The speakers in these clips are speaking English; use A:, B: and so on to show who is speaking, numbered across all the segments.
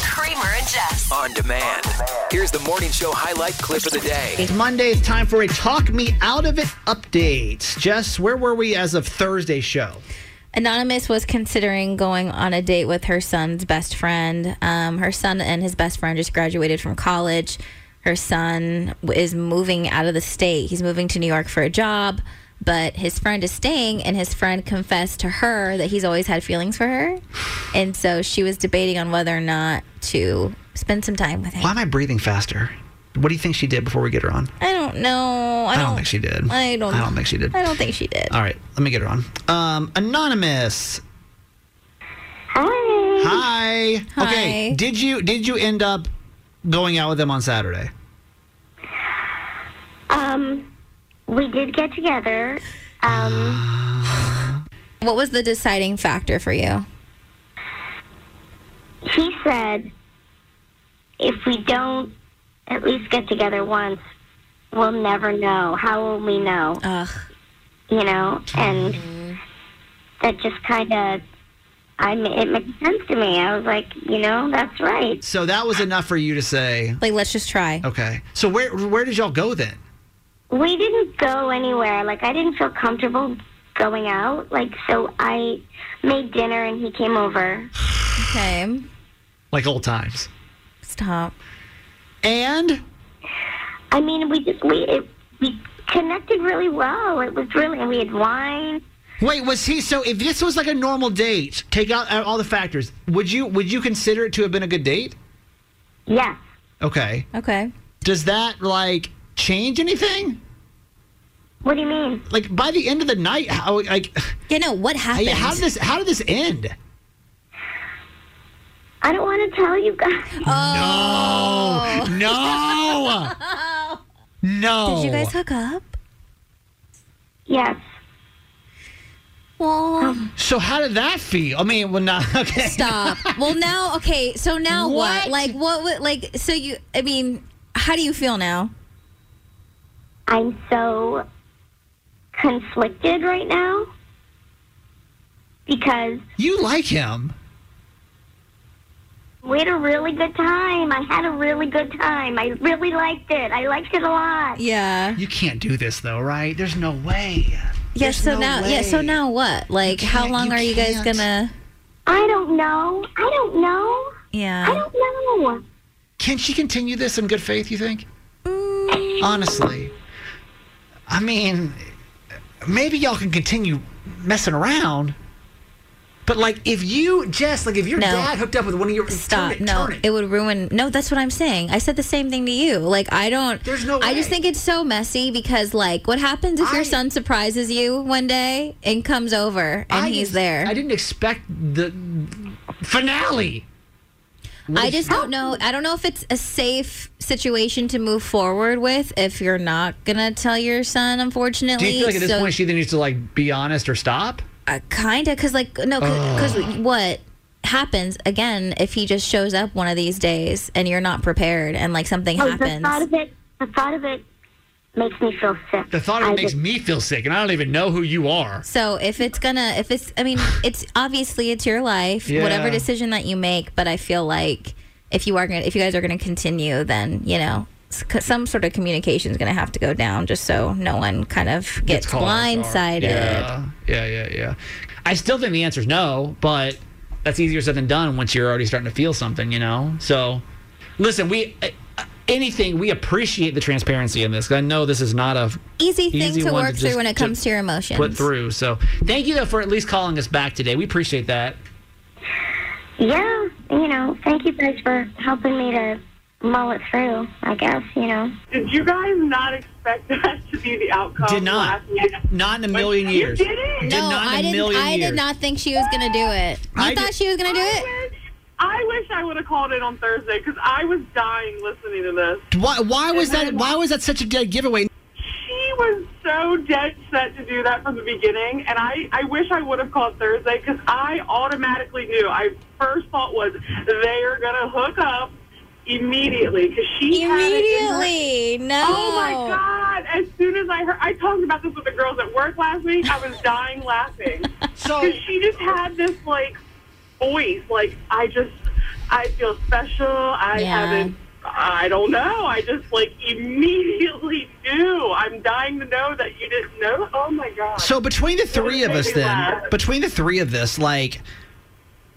A: Kramer and Jess.
B: On demand. Here's the morning show highlight clip of the day.
C: It's Monday. It's time for a Talk Me Out of It update. Jess, where were we as of Thursday's show?
D: Anonymous was considering going on a date with her son's best friend. Um, her son and his best friend just graduated from college. Her son w- is moving out of the state. He's moving to New York for a job, but his friend is staying, and his friend confessed to her that he's always had feelings for her. And so she was debating on whether or not to spend some time with him.
C: Why am I breathing faster? What do you think she did before we get her on?
D: I don't know. Oh, I
C: I
D: don't,
C: don't think she did.
D: I don't,
C: I don't think she did.
D: I don't think she did.
C: All right, let me get her on. Um, anonymous. Hi. Hi. Okay.
D: Hi.
C: Did you did you end up going out with them on Saturday?
E: Um, we did get together. Um,
D: What was the deciding factor for you?
E: he said, if we don't at least get together once, we'll never know. How will we know?
D: Ugh. Mm-hmm.
E: You know, and that just kind of, I m- it makes sense to me. I was like, you know, that's right.
C: So that was enough for you to say,
D: Like, let's just try.
C: okay. So where where did y'all go then?
E: We didn't go anywhere. Like, I didn't feel comfortable going out. Like, so I made dinner and he came over.
D: Okay.
C: Like old times.
D: Stop.
C: And
E: I mean, we just we it, we connected really well. It was really and we had wine.
C: Wait, was he so? If this was like a normal date, take out uh, all the factors. Would you would you consider it to have been a good date?
E: Yes,
C: Okay.
D: Okay.
C: Does that like change anything?
E: What do you mean?
C: Like by the end of the night, how like
D: Yeah, no, what happened?
C: how did this how did this end?
E: I don't want to tell you guys.
C: Oh no, no.
D: Did you guys hook up?
E: Yes, Um,
D: Well,
C: so how did that feel? I mean, well, not okay.
D: stop. well, now, okay, so now what?
C: What?
D: Like, what would, like, so you, I mean, how do you feel now?
E: I'm so conflicted right now because
C: You like him?
E: we had a really good time. I had a really good time. I really liked it. I liked it a lot.
D: Yeah.
C: You can't do this though, right? There's no way.
D: Yeah,
C: There's
D: so
C: no
D: now, yeah, so
C: way.
D: now what? Like, how
C: can't-
D: long
C: you
D: are you guys
C: can't.
D: gonna,
E: I don't know. I don't know. I
D: yeah.
E: don't know.
C: Can she continue this in good faith, you think?
D: Mm.
C: Honestly. I mean, maybe y'all can continue messing around. But like if you Jess, like if your
D: No.
C: dad hooked up with one of your
D: Stop.
C: turn it,
D: no,
C: turn it.
D: it. would ruin. No, that's what I'm saying. I said the same thing to you. Like, I don't.
C: There's no
D: I just
C: way.
D: think it's so messy because, like, what happens if
C: I-
D: your son surprises you one day and comes over and
C: I
D: he's
C: didn't-
D: there?
C: I didn't expect the finale.
D: I just don't know. I don't know if it's a safe situation to move forward with if you're not gonna tell your son. Unfortunately,
C: Do you feel like at this
D: so,
C: point she either needs to like be honest or stop?
D: uh, kinda, cause like no, cause, 'cause what happens again if he just shows up one of these days and you're not prepared and like something
E: Oh, the
D: happens?
E: thought of it. The thought of it makes me feel sick.
C: The thought of it
E: I
C: makes
E: just-
C: me feel sick and I don't even know who you are.
D: So if it's gonna, if it's, I mean, it's obviously it's your life, whatever
C: Yeah.
D: decision that you make. But I feel like if you are gonna, if you guys are gonna continue, then you know s- c- some sort of communication is gonna have to go down, just so no one kind of gets
C: caught off guard.
D: blindsided.
C: Yeah, yeah, yeah, yeah. I still think the answer's no, but
F: that's easier said than done once you're already starting to feel something, you know? So, listen, we. uh, uh, Anything we appreciate the transparency in this. 'cause I know this is not a
D: Easy thing
F: Easy
D: to
F: one to
D: work through
F: just-
D: when it
F: to
D: comes to your emotions.
F: put through. So thank you though for at least calling us back today. We appreciate that.
E: Yeah, you know, thank you guys for helping me to mull it through, I guess, you know.
G: Did you guys not expect that to be the outcome?
F: Did not.
G: Last night?
F: Not in a million years.
G: You didn't.
F: Did
D: No,
F: not in
D: I
F: a
D: didn't.
F: million
D: I
F: years.
D: did not think she was gonna do it. You
F: I
D: thought
F: did-
D: she was gonna do it?
G: I wish- I wish I would have called in on Thursday because I was dying listening to this.
H: Why, why was that? Why was that such a dead giveaway?
G: She was so dead set to do that from the beginning, and I, I wish I would have called Thursday because I automatically knew. I first thought was they are going to hook up immediately because she had it in her-
D: Immediately. No.
G: Oh my god! As soon as I heard, I talked about this with the girls at work last week. I was dying laughing.
F: So
G: Because she just had this like voice, like I just, I feel special. I
D: Yeah.
G: haven't, I don't know. I just like immediately knew. I'm dying to know that you didn't know. Oh my god!
H: So between the three of us, then
G: Yeah.
H: between the three of this, like,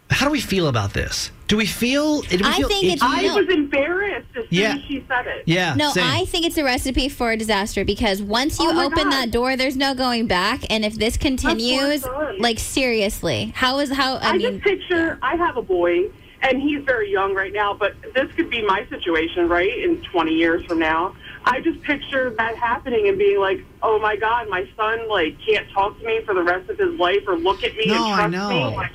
H: how do we feel about this? Do we feel? Do we
D: I
H: feel
D: think
H: icky?
D: it's
G: I
D: no.
G: was embarrassed as soon
H: Yeah.
G: as she said it.
H: yeah.
D: No,
H: same.
D: I think it's a recipe for a disaster because once you
G: Oh my
D: open
G: God.
D: that door, there's no going back. And if this continues,
G: fun.
D: like seriously, how is how? I,
G: I,
D: mean,
G: just picture I have a boy, and he's very young right now, but this could be my situation, right, in 20 years from now. I just picture that happening and being like, oh my God, my son, like, can't talk to me for the rest of his life or look at me
H: No,
G: and trust
H: I know.
G: me. Like,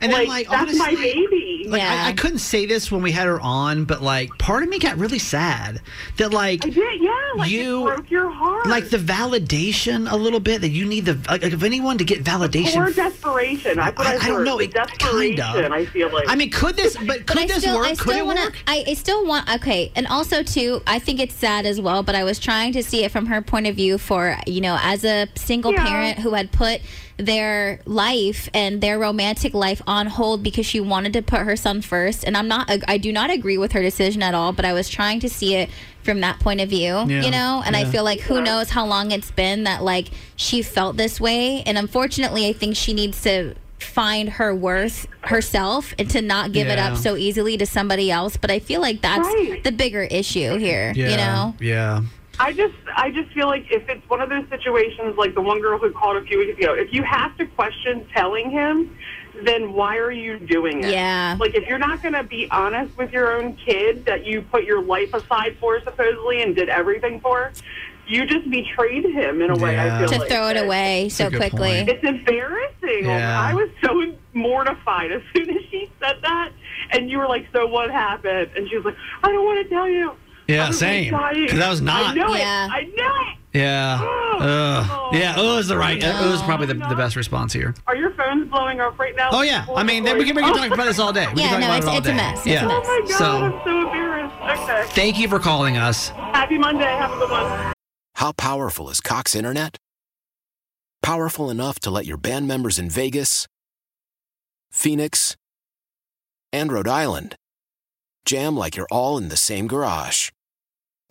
H: and then, like,
G: like, that's my
H: honestly-
G: baby.
H: Like
D: Yeah.
H: I, I couldn't say this when we had her on, but like part of me got really sad that like
G: I did, yeah, like,
H: You-
G: it broke your heart.
H: like the validation a little bit that you need the like, like, if anyone to get
G: Or
H: validation.
G: desperation. That's what
H: I-
G: I,
H: I don't
G: heard.
H: know,
G: The
H: it kinda-
G: desperation, I feel like.
H: I mean, could this? But could
D: but I
H: this
D: still,
H: work?
D: I
H: could
D: still
H: it
D: want
H: work?
D: to. I, I still want. Okay, and also too, I think it's sad as well. But I was trying to see it from her point of view, for you know, as a single
G: Yeah.
D: parent who had put their life and their romantic life on hold because she wanted to put her son first. And I'm not. I do not agree with her decision at all. But I was trying to see it from that point of view, you know. And I feel like who knows how long it's been that like she felt this way. And unfortunately, I think she needs to find her worth herself and to not give it
H: Yeah.
D: up so easily to somebody else. But I feel like that's
G: Right.
D: the bigger issue here, you know?
H: Yeah.
G: I just I just feel like if it's one of those situations like the one girl who called a few weeks ago, if you have to question telling him, then why are you doing it?
D: Yeah.
G: Like if you're not gonna be honest with your own kid that you put your life aside for supposedly and did everything for, you just betrayed him in a way
H: Yeah.
G: I feel
D: To
G: like
D: throw it
G: that-
D: away so
H: good
D: quickly.
H: point.
G: it's embarrassing.
H: Yeah.
G: I was so mortified as soon as she said that, and you were like, "So what happened?" And she was like, "I don't want to tell you."
H: Yeah,
G: I was, like,
H: same.
G: dying.
H: 'Cause I was not.
G: I know
D: Yeah.
G: it. I know it.
H: Yeah.
G: Oh.
H: Ugh. Yeah. Oh, is the right.
D: No.
H: It was probably the, the best response here.
G: Are your phones blowing up right now?
H: Oh yeah. I mean, then we can we can talk about this all day. We
D: Yeah,
H: can talk
D: no,
H: about
D: it's-
H: it all
D: it's a
H: day.
D: mess. It's a
H: Yeah.
D: mess.
G: Oh my god,
H: So
G: I'm so embarrassed. Okay.
H: thank you for calling us.
G: Happy Monday. Have a good one.
I: How powerful is Cox Internet? Powerful enough to let your band members in Vegas, Phoenix, and Rhode Island jam like you're all in the same garage.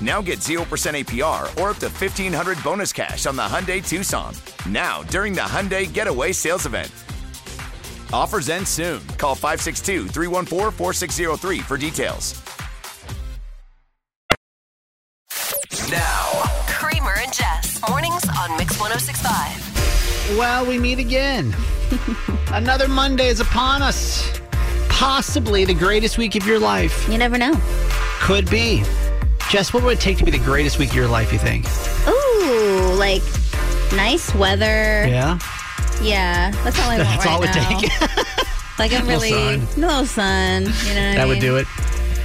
J: Now get 0% APR or up to 1500 bonus cash on the Hyundai Tucson. Now, during the Hyundai Getaway Sales Event. Offers end soon. Call 562 314 4603 for details.
K: Now, Kramer and Jess. Mornings on Mix 1065.
C: Well, we meet again. Another Monday is upon us. Possibly the greatest week of your life.
D: You never know.
C: Could be. Jess, what would it take to be the greatest week of your life, you think?
D: Ooh, like nice weather.
C: Yeah.
D: Yeah, that's all I want.
C: That's
D: right
C: all it would
D: now.
C: take.
D: Like I'm
C: Little
D: really
C: sun.
D: no sun. You know what I
C: that would
D: mean?
C: do it.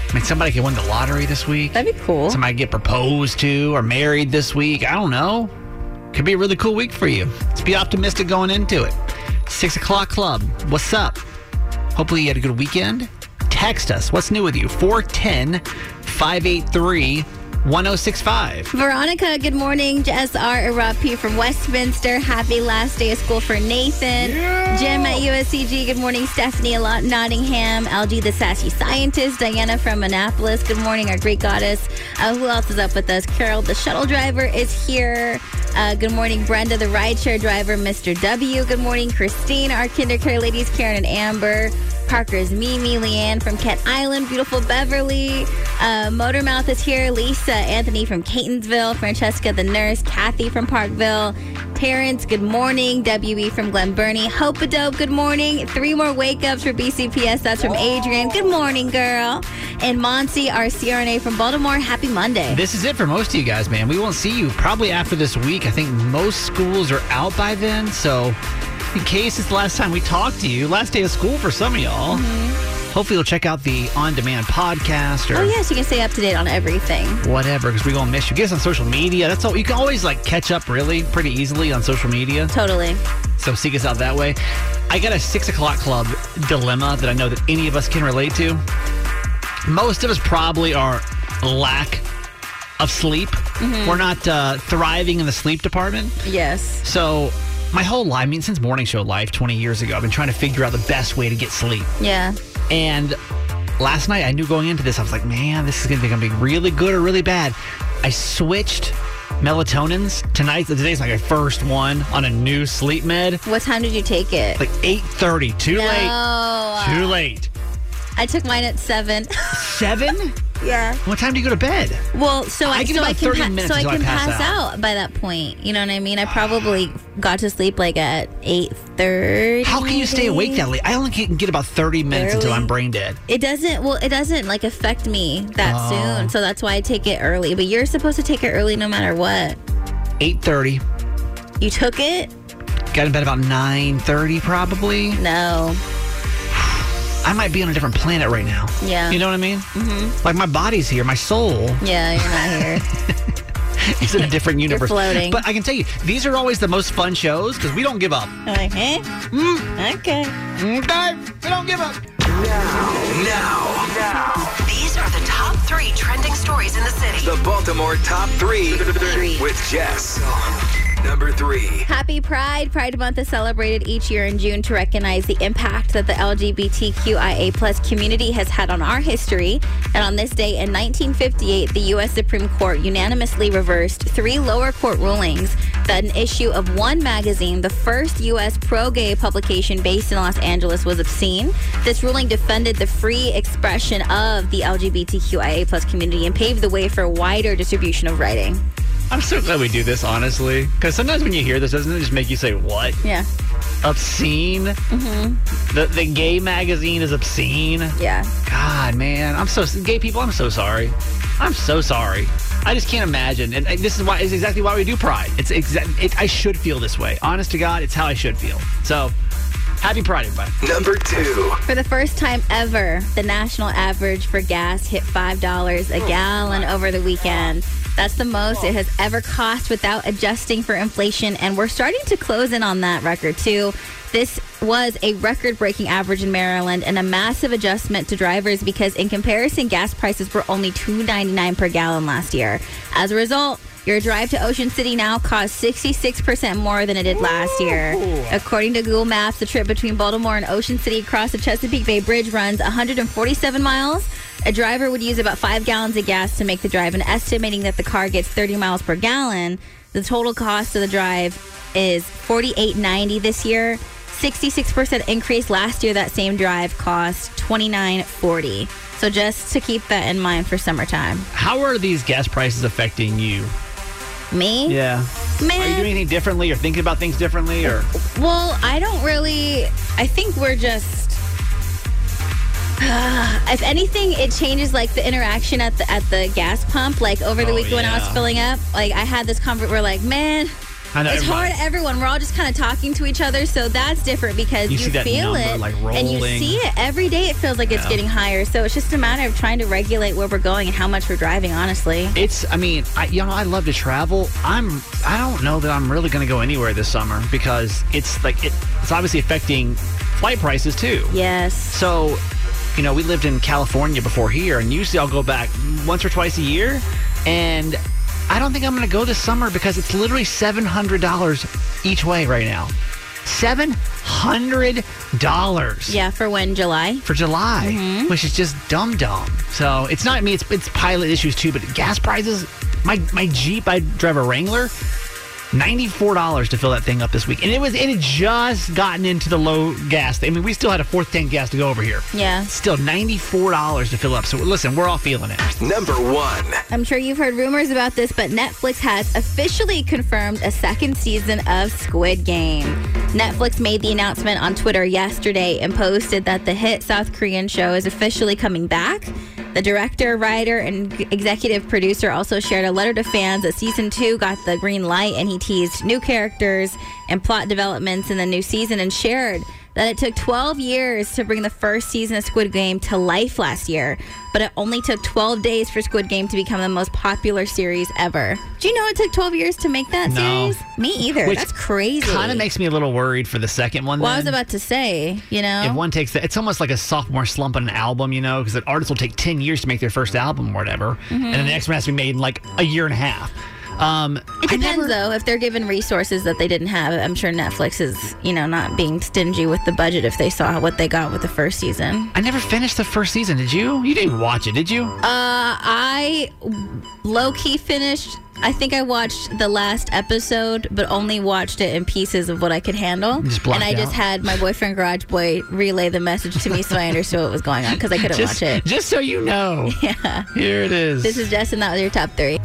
C: I mean, somebody could win the lottery this week.
D: That'd be cool.
C: Somebody could get proposed to or married this week. I don't know. Could be a really cool week for you. Let's be optimistic going into it. Six o'clock club. What's up? Hopefully you had a good weekend. Text us. What's new with you? 410 583 1065.
D: Veronica, good morning. JSR Irapi from Westminster. Happy last day of school for Nathan. Jim at USCG, good morning. Stephanie at Lot- Nottingham. LG, the sassy scientist. Diana from Annapolis, good morning. Our Greek goddess. Uh, who else is up with us? Carol, the shuttle driver, is here. Uh, good morning, Brenda, the rideshare driver. Mr. W, good morning. Christine, our kindercare ladies, Karen and Amber. Parker's Mimi, Leanne from Cat Island, beautiful Beverly. Uh, Motormouth is here. Lisa, Anthony from Catonsville, Francesca the nurse, Kathy from Parkville, Terrence, good morning. WB from Glen Burnie, Hope a Dope, good morning. Three more wake ups for BCPS. That's from Adrian. Good morning, girl. And Monty, our CRNA from Baltimore. Happy Monday.
C: This is it for most of you guys, man. We won't see you probably after this week. I think most schools are out by then. So, in case it's the last time we talk to you, last day of school for some of y'all. Hopefully, you'll check out the on demand podcast or
D: oh yes, you can stay up to date on everything.
C: whatever because we're going to miss you. Get us on social media. That's all. You can always like catch up really pretty easily on social media.
D: Totally.
C: So, seek us out that way. I got a six o'clock club dilemma that I know that any of us can relate to. Most of us probably are lack of sleep.
D: Mhm.
C: We're not uh, thriving in the sleep department.
D: Yes.
C: So, my whole life, I mean, since morning show life 20 years ago, I've been trying to figure out the best way to get sleep.
D: Yeah.
C: And last night, I knew going into this, I was like, man, this is going to be going to be really good or really bad. I switched melatonins tonight. Today's like my first one on a new sleep med.
D: What time did you take it?
C: Like 8:30. Too
D: No.
C: late. Too late.
D: I took mine at seven.
C: Seven?
D: yeah.
C: What time do you go to bed?
D: Well, so I,
C: I give
D: so
C: it
D: I
C: about
D: can
C: 30
D: pa-
C: minutes
D: so I
C: until I
D: can
C: pass
D: pass, out. by that point. You know what I mean? I probably got to sleep like at eight thirty.
C: How can you stay awake that late? I only can get about 30 minutes until
D: Barely.
C: I'm brain dead.
D: It doesn't. Well, it doesn't like affect me that
C: Oh.
D: soon. So that's why I take it early. But you're supposed to take it early no matter what.
C: 8:30.
D: You took it?
C: Got in bed about 9:30 probably.
D: No.
C: I might be on a different planet right now.
D: Yeah.
C: You know what I mean?
D: Mm-hmm.
C: Like my body's here, my soul
D: Yeah, you're not here.
C: is in a different universe.
D: floating.
C: But I can tell you, these are always the most fun shows because we don't give up.
D: I'm like, eh?
C: Mm,
D: Okay.
C: Okay. We don't give up.
K: Now, now. These are the top three trending stories in the city.
B: The Baltimore Top 3 with Jess. Number 3.
D: Happy Pride! Pride Month is celebrated each year in June to recognize the impact that the LGBTQIA plus community has had on our history. And on this day in 1958, the U.S. Supreme Court unanimously reversed three lower court rulings that an issue of One magazine, the first U.S. pro-gay publication based in Los Angeles, was obscene. This ruling defended the free expression of the LGBTQIA plus community and paved the way for wider distribution of writing.
C: I'm so glad we do this, honestly. Because sometimes when you hear this, doesn't it just make you say, what?
D: Yeah.
C: Obscene?
D: Mm-hmm.
C: The, the gay magazine is obscene?
D: Yeah.
C: God, man, I'm so gay people. I'm so sorry. I'm so sorry. I just can't imagine. And, and this is why is exactly why we do Pride. It's exact. It, I should feel this way. Honest to God, it's how I should feel. So, happy Pride, everybody.
B: Number 2.
D: For the first time ever, the national average for gas hit $5 a gallon over the weekend. That's the most it has ever cost without adjusting for inflation. And we're starting to close in on that record, too. This was a record breaking average in Maryland and a massive adjustment to drivers because, in comparison, gas prices were only $2.99 per gallon last year. As a result, your drive to Ocean City now costs 66% more than it did last year. According to Google Maps, the trip between Baltimore and Ocean City across the Chesapeake Bay Bridge runs 147 miles. A driver would use about five gallons of gas to make the drive, and estimating that the car gets 30 miles per gallon, the total cost of the drive is 48.90 this year. 66% increase last year. That same drive cost 29.40. So just to keep that in mind for summertime.
C: How are these gas prices affecting you?
D: Me?
C: Yeah.
D: Man.
C: Are you doing anything differently or thinking about things differently or
D: Well, I don't really. I think we're just. if anything, it changes like the interaction at the at the gas pump. Like over the
C: Oh,
D: week when I was
C: yeah.
D: filling up, like I had this convert. We're like, man,
C: I know
D: it's hard.
C: everybody-
D: Everyone, we're all just kind of talking to each other, so that's different because
C: You
D: you,
C: see that
D: feel
C: number,
D: it
C: like,
D: and you
C: rolling.
D: see it every day. It feels like it's
C: Yeah.
D: getting higher. So it's just a matter of trying to regulate where we're going and how much we're driving. Honestly,
C: It's I mean, I you know, I love to travel. I'm I don't know that I'm really gonna go anywhere this summer because it's like it, it's obviously affecting flight prices too.
D: Yes.
C: So, you know, we lived in California before here and usually I'll go back once or twice a year and I don't think I'm gonna go this summer because it's literally seven hundred dollars each way right now. Seven hundred dollars.
D: yeah. For when July?
C: for July,
D: Mhm.
C: which is just dumb dumb. So it's not I mean it's it's pilot issues too, but gas prices. My my Jeep, I drive a Wrangler. Ninety-four dollars to fill that thing up this week, and it was it had just gotten into the low gas. I mean, we still had a fourth tank gas to go over here.
D: Yeah.
C: Still ninety-four dollars to fill up. So listen, we're all feeling it.
B: Number one.
D: I'm sure you've heard rumors about this, but Netflix has officially confirmed a second season of Squid Game. Netflix made the announcement on Twitter yesterday and posted that the hit South Korean show is officially coming back. The director, writer, and g- executive producer also shared a letter to fans that season two got the green light and he teased new characters and plot developments in the new season and shared that it took 12 years to bring the first season of Squid Game to life last year, but it only took 12 days for Squid Game to become the most popular series ever. Do you know it took 12 years to make that
C: No.
D: series? Me either.
C: Which
D: That's crazy.
C: Kind of makes me a little worried for the second one.
D: Well, I
C: then.
D: was about to say, you
C: If
D: know,
C: one takes that, it's almost like a sophomore slump on an album, you know, because an artist will take 10 years to make their first album or whatever,
D: Mhm.
C: and then the next one has to be made in like a year and a half. Um,
D: it depends though. If they're given resources that they didn't have, I'm sure Netflix is, you know, not being stingy with the budget if they saw what they got with the first season.
C: I never finished the first season, did you? You didn't watch it, did you?
D: Uh, I low key finished. I think I watched the last episode, but only watched it in pieces of what I could handle.
C: Just blacked
D: and I just
C: out.
D: had my boyfriend Garage Boy relay the message to me so I understood what was going on because I couldn't
C: Just-
D: watch it.
C: Just so you know.
D: Yeah.
C: Here it is.
D: This is Justin. That was your top three.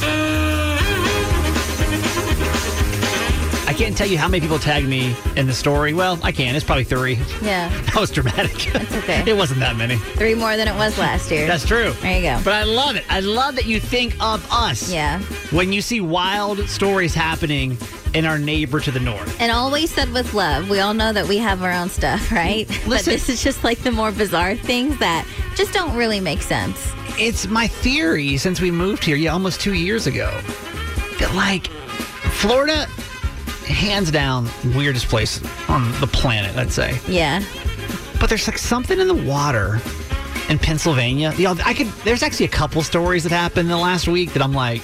C: I can't tell you how many people tagged me in the story. Well, I can. It's probably three.
D: Yeah,
C: That was dramatic. That's
D: okay.
C: it wasn't that many.
D: three more than it was last year.
C: That's true.
D: There you go.
C: But I love it. I love that you think of us.
D: Yeah.
C: When you see wild stories happening in our neighbor to the north.
D: And always said with love. We all know that we have our own stuff, right? But
C: Listen-
D: this is just like the more bizarre things that just don't really make sense.
C: It's my theory since we moved here, yeah, almost two years ago, that like Florida, hands down, weirdest place on the planet, I'd say.
D: Yeah.
C: But there's like something in the water in Pennsylvania. You know, I could. There's actually a couple stories that happened in the last week that I'm like,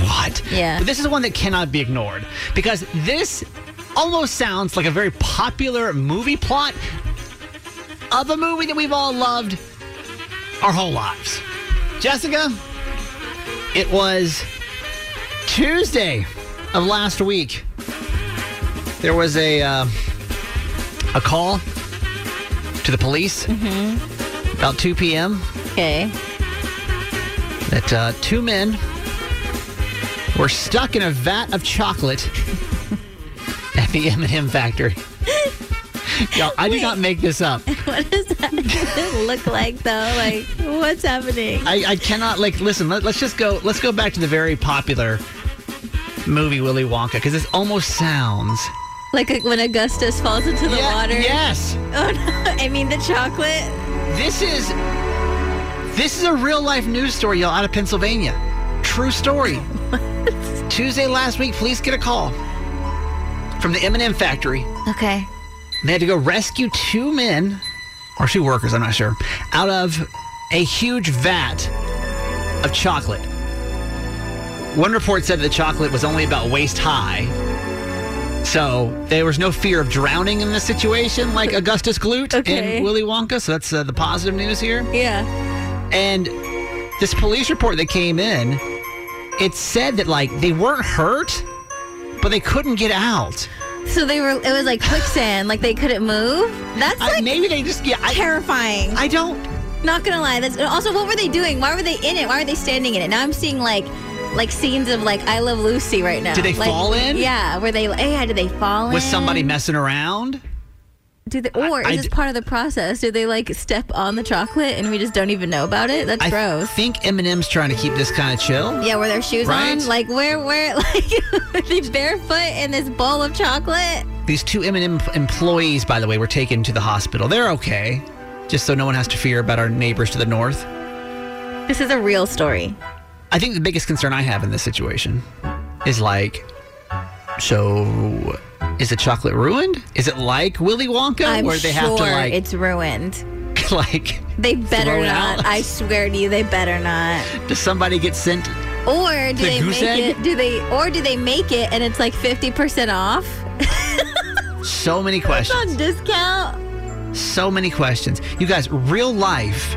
C: what?
D: Yeah.
C: But this is one that cannot be ignored because this almost sounds like a very popular movie plot of a movie that we've all loved our whole lives. Jessica, it was Tuesday of last week. There was a uh, a call to the police about 2 p.m.
D: Okay.
C: That uh, two men were stuck in a vat of chocolate at the M&M factory. Y'all, I do not make this up.
D: What does that look like though? Like what's happening?
C: I, I cannot like listen. Let, let's just go. Let's go back to the very popular movie Willy Wonka because this almost sounds.
D: Like when Augustus falls into the water.
C: Yes.
D: Oh no! I mean the chocolate.
C: This is this is a real life news story, y'all, out of Pennsylvania. true story. Tuesday last week, police get a call from the M&M factory.
D: Okay.
C: They had to go rescue two men or two workers, I'm not sure, out of a huge vat of chocolate. One report said the chocolate was only about waist high. So there was no fear of drowning in this situation, like Augustus Gloot
D: Okay.
C: and Willy Wonka. So that's uh, the positive news here.
D: Yeah.
C: And this police report that came in, it said that like they weren't hurt, but they couldn't get out.
D: So they were. It was like quicksand. like they couldn't move. That's like
C: maybe they just yeah.
D: terrifying.
C: I don't.
D: Not gonna lie. That's and also what were they doing? Why were they in it? Why were they standing in it? Now I'm seeing like like scenes of like I Love Lucy right now.
C: Did they
D: Like,
C: fall in?
D: Yeah. Were they? Yeah. Did they fall in?
C: Was somebody messing around?
D: Do they, or
C: I
D: is this
C: d-
D: part of the process? Do they like step on the chocolate and we just don't even know about it? That's
C: I
D: gross.
C: think Eminem's trying to keep this kind of chill.
D: Yeah, were their shoes
C: Right?
D: on? Like where where like were they barefoot in this bowl of chocolate?
C: These two Eminem p- employees, by the way, were taken to the hospital. They're okay, just so no one has to fear about our neighbors to the north.
D: This is a real story.
C: I think the biggest concern I have in this situation is like, so is the chocolate ruined? Is it like Willy Wonka,
D: I'm
C: where they
D: sure
C: have to like,
D: it's ruined.
C: like,
D: They better
C: Throw it
D: not.
C: out.
D: I swear to you, they better not.
C: does somebody get sent?
D: Or do
C: The
D: they
C: goose
D: make
C: egg?
D: it? Do they or do they make it and it's like fifty percent off?
C: So many
D: It's
C: questions.
D: on discount.
C: So many questions. You guys, real life,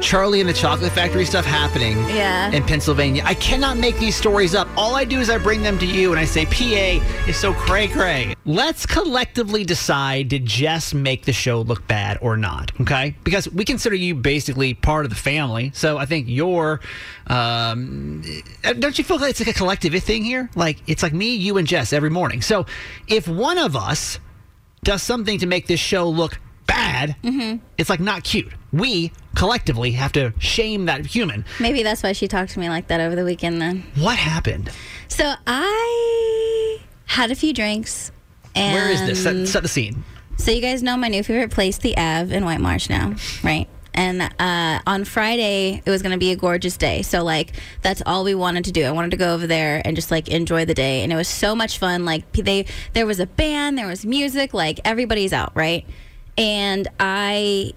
C: Charlie and the Chocolate Factory stuff happening
D: Yeah.
C: in Pennsylvania. I cannot make these stories up. All I do is I bring them to you and I say, PA is so cray cray. Let's collectively decide did Jess make the show look bad or not, okay? Because we consider you basically part of the family. So I think you're, um, eh, don't you feel like it's like a collective thing here? Like it's like me, you, and Jess every morning. So if one of us does something to make this show look bad, it's like not cute. We collectively have to shame that human.
D: Maybe that's why she talked to me like that over the weekend then.
C: What happened?
D: So I had a few drinks. And
C: Where is this? Set, set the scene.
D: So you guys know my new favorite place, the Ave in White Marsh now, right? And uh, on Friday, it was going to be a gorgeous day. So like that's all we wanted to do. I wanted to go over there and just like enjoy the day, and it was so much fun. Like p- they, there was a band, there was music, like everybody's out, right? And I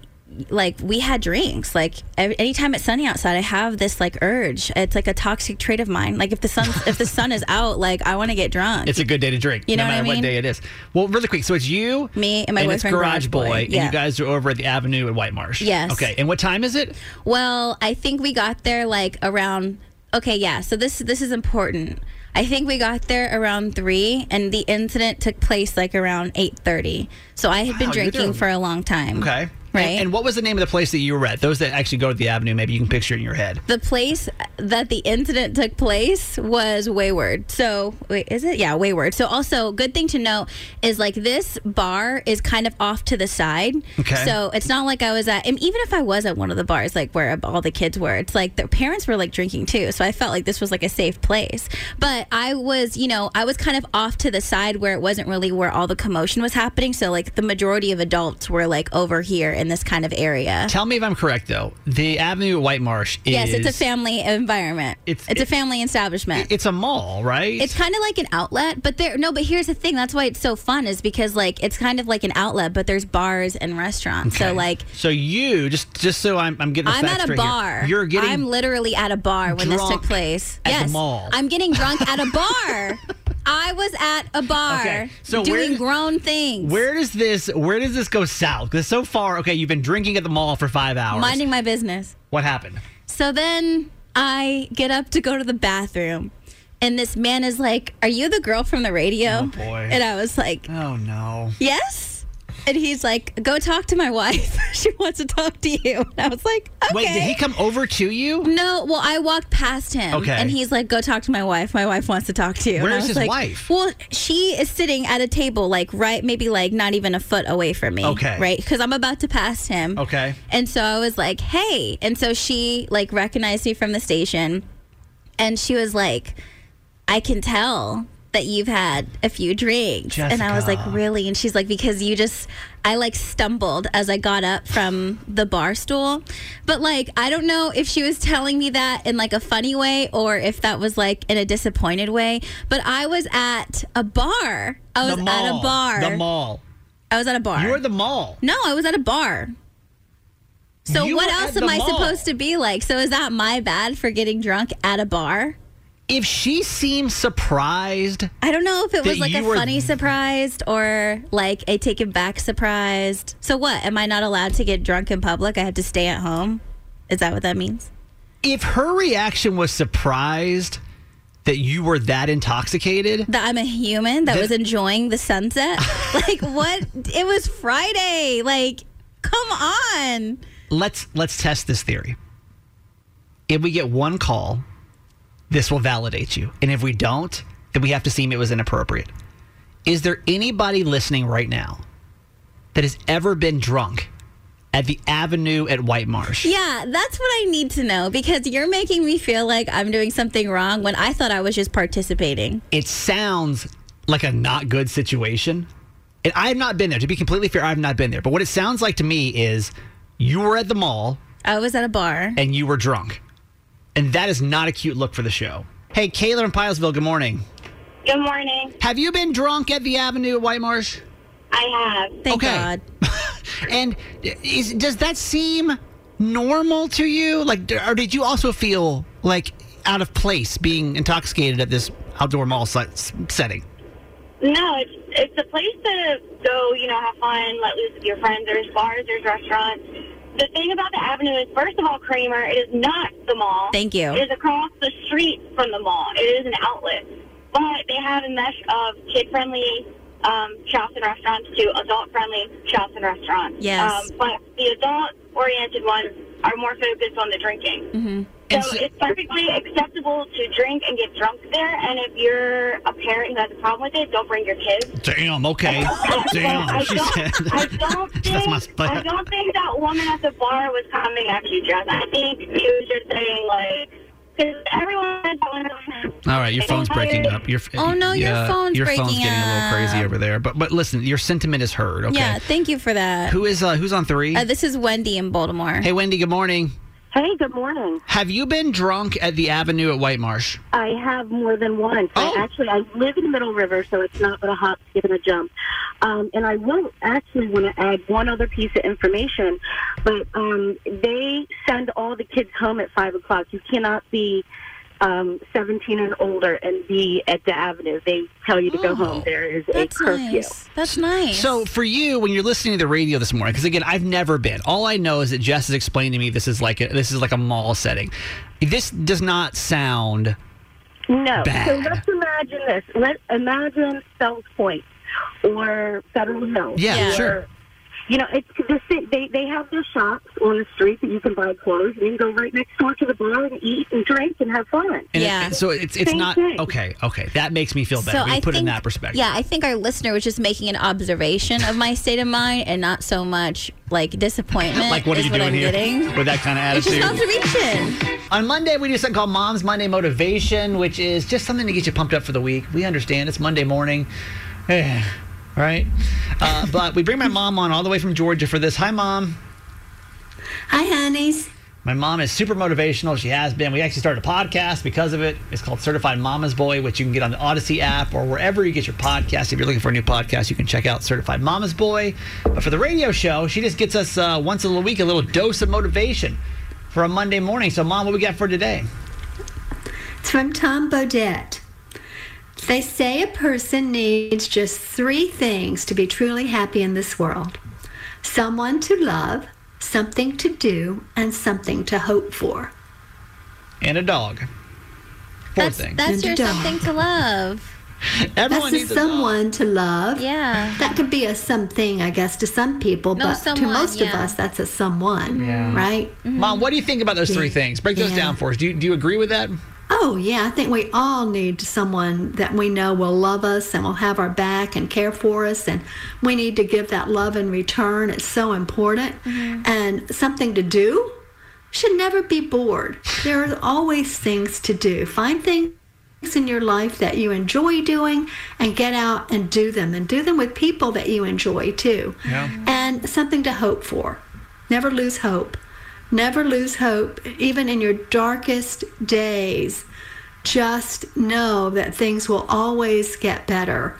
D: like we had drinks like every, anytime it's sunny outside i have this like urge it's like a toxic trait of mine like if the sun if the sun is out like i want to get drunk
C: It's a good day to drink,
D: Um, You know
C: no
D: what
C: matter
D: I
C: what
D: mean?
C: day it is. Well, really quick. So it's you,
D: Me and my
C: it's
D: boyfriend,
C: Garage
D: Garage
C: Boy,
D: Boy.
C: and
D: Yeah.
C: you guys are over at the Avenue at White Marsh.
D: Yes.
C: Okay. And what time is it?
D: Well, I think we got there like around okay, yeah. So this this is important. I think we got there around three, and the incident took place like around eight thirty. So I had been
C: Wow, you're
D: drinking
C: doing-
D: for a long time.
C: Okay.
D: Right.
C: And, and what was the name of the place that you were at? Those that actually go to the Avenue, maybe you can picture it in your head.
D: The place that the incident took place was Wayward. So, wait, is it? Yeah, Wayward. So, also, good thing to know is like this bar is kind of off to the side.
L: Okay.
D: So, it's not like I was at, and even if I was at one of the bars, like where all the kids were, it's like their parents were like drinking too. So, I felt like this was like a safe place. But I was, you know, I was kind of off to the side where it wasn't really where all the commotion was happening. So, like the majority of adults were like over here in this kind of area.
C: Tell me if I'm correct though. The Avenue at White Marsh is
D: Yes, it's a family environment. It's it's a family establishment.
C: it's a mall, right?
D: It's kind of like an outlet, but there no. But here's the thing. That's why it's so fun is because like it's kind of like an outlet, but there's bars and restaurants. So
C: Okay.
D: like
C: So you just just so I'm I'm getting the
D: I'm
C: facts
D: at a
C: straight here.
D: bar.
C: You're getting
D: I'm literally at a bar when this took
C: drunk
D: place.
C: at the
D: yes,
C: mall.
D: I'm getting drunk at a bar. I was at a bar
C: Okay, so where
D: doing
C: did-
D: grown things,
C: Where does this where does this go south? Because so far, okay, you've been drinking at the mall for five hours.
D: minding my business.
C: what happened?
D: So then I get up to go to the bathroom, and this man is like, "Are you the girl from the radio?"
C: Oh, boy.
D: And I was like,
C: "Oh no."
D: Yes. And he's like, "Go talk to my wife. she wants to talk to you." And I was like, okay.
C: Wait, did he come over to you?
D: No, well, I walked past him,
C: Okay.
D: and he's like, "Go talk to my wife. My wife wants to talk to you." And
C: Where
D: I
C: is
D: was
C: his
D: like,
C: wife?
D: Well, she is sitting at a table, like right, maybe like not even a foot away from me.
C: Okay.
D: right? Because I'm about to pass him.
C: Okay.
D: And so I was like, hey. And so she like recognized me from the station and she was like, I can tell that you've had a few drinks. And I was like, really? And she's like, because you just, I like stumbled as I got up from the bar stool. But like, I don't know if she was telling me that in like a funny way or if that was like in a disappointed way. But I was at a bar. I was
C: the
D: at
C: mall.
D: a bar.
C: The mall.
D: I was at a bar.
C: You were at the mall.
D: No, I was at a bar. So
C: You
D: what
C: were
D: else
C: at
D: am
C: the
D: I
C: mall.
D: supposed to be like? So is that my bad for getting drunk at a bar?
C: If she seems surprised,
D: I don't know if it
C: that
D: was like a
C: you were-
D: funny surprised or like a taken back surprised. So what? Am I not allowed to get drunk in public? I have to stay at home. Is that what that means?
C: If her reaction was surprised that you were that intoxicated,
D: That I'm a human that
C: Then-
D: was enjoying the sunset? like what? It was Friday. Like come on.
C: let's let's test this theory. If we get one call, this will validate you. And if we don't, then we have to seem it was inappropriate. Is there anybody listening right now that has ever been drunk at the Avenue at White Marsh?
D: Yeah, that's what I need to know because you're making me feel like I'm doing something wrong when I thought I was just participating.
C: It sounds like a not good situation. And I have not been there. To be completely fair, I have not been there. But what it sounds like to me is you were at the mall
D: I was at a bar.
C: and you were drunk. And that is not a cute look for the show. Hey, Kayla in Pilesville, good morning.
L: Good morning.
C: Have you been drunk at the Avenue at White Marsh?
L: I have.
C: okay. and is, does that seem normal to you? Like, d- or did you also feel like out of place being intoxicated at this outdoor mall site, s- setting?
L: No, it's it's a place to go, you know, have fun, let loose with your friends. There's bars, there's restaurants. The thing about the avenue is, first of all, Kramer, it is not the mall.
D: Thank you.
L: It is across the street from the mall. It is an outlet, but they have a mesh of kid-friendly um, shops and restaurants to adult-friendly shops and restaurants.
D: Yes.
L: Um, but the adult-oriented ones are more focused on the drinking.
D: Mm-hmm.
L: So, it's perfectly acceptable to drink and get drunk there. And if you're a parent who has a problem with it, don't bring your kids.
C: Damn, okay. Oh, Damn,
L: I
C: she
L: don't-
C: said.
L: I don't think
C: That's my
L: I don't think that woman at the bar was coming after you, Jess. I think she was just saying like, because everyone that went on
C: All right, your phone's breaking up. Your,
D: Oh, no, your
C: yeah,
D: phone's
C: your phone's
D: breaking
C: getting a little
D: up.
C: crazy over there. But but listen, your sentiment is heard. Okay.
D: Yeah, thank you for that.
C: Who is uh, who's on three?
D: Uh, this is Wendy in Baltimore.
C: hey, Wendy. Good morning.
M: Hey, good morning.
C: Have you been drunk at the Avenue at White Marsh?
M: I have more than once. I actually I live in Middle River, so it's not but a hop, skip, and a jump. Um, and I will actually want to add one other piece of information, but um, they send all the kids home at five o'clock. You cannot be um, seventeen and older and be at the Avenue. They tell you to go home. There is a curfew.
D: That's nice.
C: So for you, when you're listening to the radio this morning, because again, I've never been. All I know is that Jess has explained to me this is like a, this is like a mall setting. This does not sound
M: No.
C: Bad.
M: So let's imagine this. Let imagine South Point or Federal Hills.
C: Yeah, Yeah.
M: or-
C: sure.
M: You know, it's the, ci- they they have their shops on the street that you can buy clothes. and You can go right next door to the bar and eat and drink and have fun.
C: And it- and so it's it's
M: Same
C: not
M: thing.
C: okay. Okay, that makes me feel better.
D: So
C: when you
D: I
C: put it in
D: think-
C: that perspective.
D: Yeah, I think our listener was just making an observation of my state of mind and not so much like disappointment.
C: like what are
D: is
C: you
D: what
C: doing
D: I'm
C: here
D: getting.
C: with that kind of
D: It's just
C: attitude?
D: an observation.
C: On Monday, we do something called Mom's Monday Motivation, which is just something to get you pumped up for the week. We understand it's Monday morning, Eh, right? Uh, but we bring my mom on all the way from Georgia for this. Hi, mom.
N: Hi, honeys.
C: My mom is super motivational. She has been. We actually started a podcast because of it. It's called Certified Mama's Boy, which you can get on the Odyssey app or wherever you get your podcast. If you're looking for a new podcast, you can check out Certified Mama's Boy. But for the radio show, she just gets us uh, once a week a little dose of motivation for a Monday morning. So, mom, what we got for today?
N: It's from Tom Baudet. They say a person needs just three things to be truly happy in this world someone to love, something to do, and something to hope for.
C: and a dog. Four thing.
D: That's your something to love.
C: Everyone
N: That's a
C: needs a dog.
N: someone to love.
D: Yeah.
N: That could be a something, I guess, to some people,
D: No,
N: but to
D: someone,
N: most of
D: yeah. Mm-hmm.
N: us, that's a someone, right?
C: Mom, what do you think about those three
N: Mm-hmm. Yeah.
C: things? Break those
N: Yeah.
C: down for us. Do you, do you agree with that?
N: Oh, yeah. I think we all need someone that we know will love us and will have our back and care for us. And we need to give that love in return. It's so important. And something to do should never be bored. There are always things to do. Find things in your life that you enjoy doing and get out and do them and do them with people that you enjoy too.
O: Yeah.
N: And something to hope for. Never lose hope. Never lose hope, even in your darkest days. Just know that things will always get better.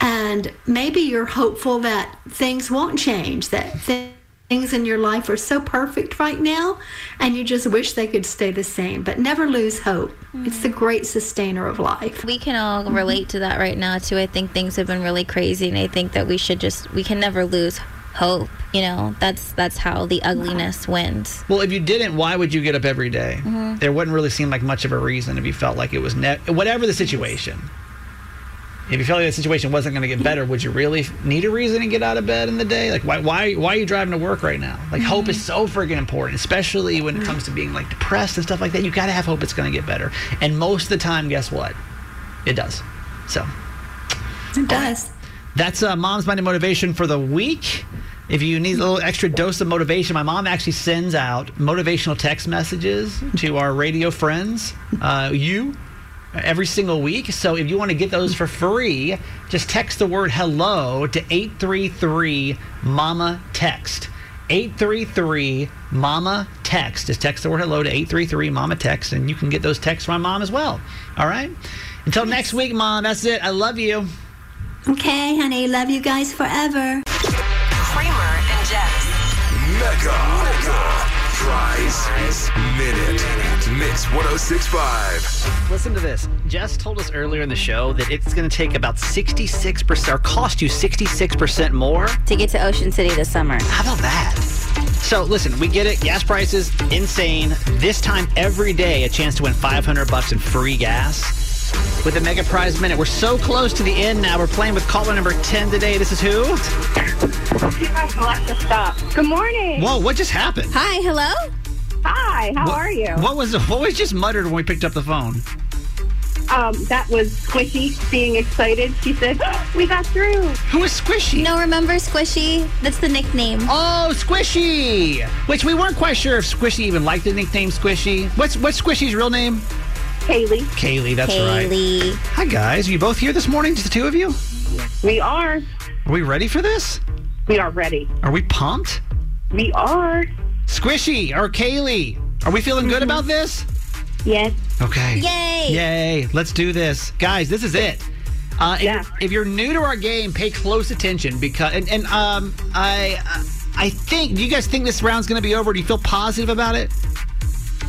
N: And maybe you're hopeful that things won't change, that thi- things in your life are so perfect right now, and you just wish they could stay the same. But never lose hope. It's the great sustainer of life.
D: We can all relate to that right now too. I think things have been really crazy, and I think that we should just we can never lose hope. You know, that's that's how the ugliness wins.
C: Well, if you didn't, why would you get up every day?
N: Mm-hmm.
D: Mhm.
C: There wouldn't really seem like much of a reason if you felt like it was ne- whatever the situation. If you felt like the situation wasn't going to get better, would you really f- need a reason to get out of bed in the day? Like, why, why, why are you driving to work right now? Like, hope is
N: Mm-hmm.
C: so freaking important, especially when it comes to being like depressed and stuff like that. You got to have hope it's going to get better. And most of the time, guess what? It does. So.
N: It does.
C: That's uh, Mom's Monday Motivation for the week. If you need a little extra dose of motivation, my mom actually sends out motivational text messages to our radio friends, uh, you, every single week. So if you want to get those for free, just text the word hello to 833 Mama Text. 833 Mama Text. Just text the word hello to 833 Mama Text, and you can get those texts from my mom as well. All right? Until next week, Mom, that's it. I love you.
N: Okay, honey. Love you guys forever.
P: Kramer and Jess.
B: Mega, Mega Prize Minute. Mix 1065.
Q: Listen to
R: this. Jess told us earlier in the show that it's going to take about 66% or cost you 66% more.
D: To get to Ocean City this summer.
R: How about that?
C: So listen, we get it. Gas prices insane. This time every day, a chance to win 500 bucks in free gas with the Mega Prize Minute. We're so close to the end now. We're playing with caller number 10 today. This is who?
S: Alexa, stop. Good morning.
C: Whoa! What just happened?
D: Hi, hello?
S: Hi, how
C: What-
S: are you?
C: What was what was just muttered when we picked up the phone?
S: Um, that was Squishy being excited. She said, "We got through."
C: Who is Squishy?
D: No, remember Squishy? That's the nickname.
C: Oh, Squishy! Which we weren't quite sure if Squishy even liked the nickname Squishy. What's what's Squishy's real name?
S: Kaylee.
C: Kaylee. That's right.
D: Kaylee.
C: Hi guys, are you both here this morning? Just the two of you?
S: We are.
C: Are we ready for this?
S: We are ready.
C: Are we pumped?
S: We are. Mm-hmm.
C: Squishy or Kaylee, are we feeling good about this?
S: Yes.
C: Okay.
D: Yay!
C: Yay. Let's do this. Guys, this is it. Uh, if,
Q: Yeah.
C: if you're new to our game, pay close attention because, and, and um, I, I think, do you guys think this round's going to be over? Do you feel positive about it?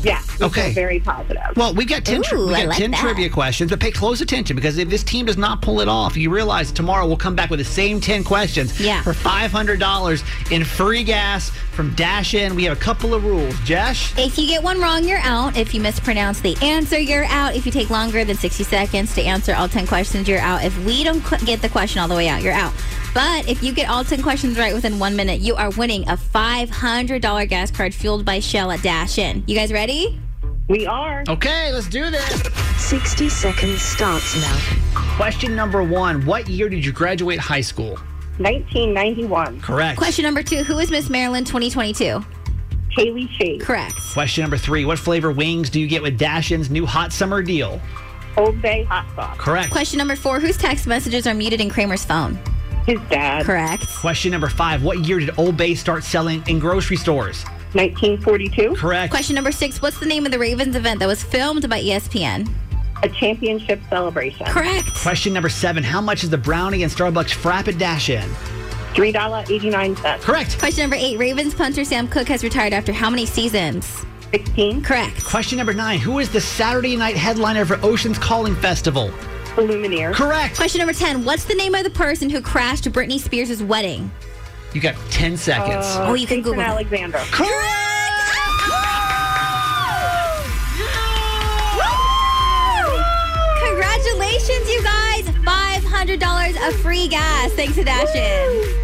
S: Yeah. we
C: Okay.
S: feel Very positive.
C: Well, we got 10, tri-
S: Ooh,
C: we
S: I
C: got
S: like
C: 10
S: that.
C: trivia questions, but pay close attention because if this team does not pull it off, you realize tomorrow we'll come back with the same 10 questions
D: Yeah.
C: for $500 in free gas from Dash In. We have a couple of rules. Josh?
D: If you get one wrong, you're out. If you mispronounce the answer, you're out. If you take longer than 60 seconds to answer all 10 questions, you're out. If we don't qu- get the question all the way out, you're out. But if you get all 10 questions right within one minute, you are winning a $500 gas card fueled by Shell at Dash In. You guys ready?
S: We are.
C: Okay, let's do this.
P: 60 seconds starts now.
C: Question number one What year did you graduate high school?
S: 1991.
C: Correct.
D: Question number two Who is Miss Maryland 2022?
S: Kaylee Shea.
D: Correct.
C: Question number three What flavor wings do you get with Dash In's new hot summer deal?
S: Old Bay Hot Sauce.
C: Correct.
D: Question number four Whose text messages are muted in Kramer's phone?
S: His dad.
D: Correct.
C: Question number five What year did Old Bay start selling in grocery stores?
S: 1942.
C: Correct.
D: Question number six What's the name of the Ravens event that was filmed by E ESPN?
S: A championship celebration.
D: Correct.
C: Question number seven How much is the brownie and Starbucks frap at Dash In?
S: $3.89.
C: Correct.
D: Question number eight Ravens punter Sam Cook has retired after how many seasons?
S: 16.
D: Correct.
C: Question number nine Who is the Saturday night headliner for Ocean's Calling Festival?
S: The Lumineer.
C: Correct.
D: Question number 10 What's the name of the person who crashed Britney Spears' wedding?
C: You got 10 seconds.
D: oh, you can
S: Uh, Jason
D: Google it.
S: Alexander.
C: Correct.
D: Congratulations, you guys! $500 of free gas thanks to Dashin.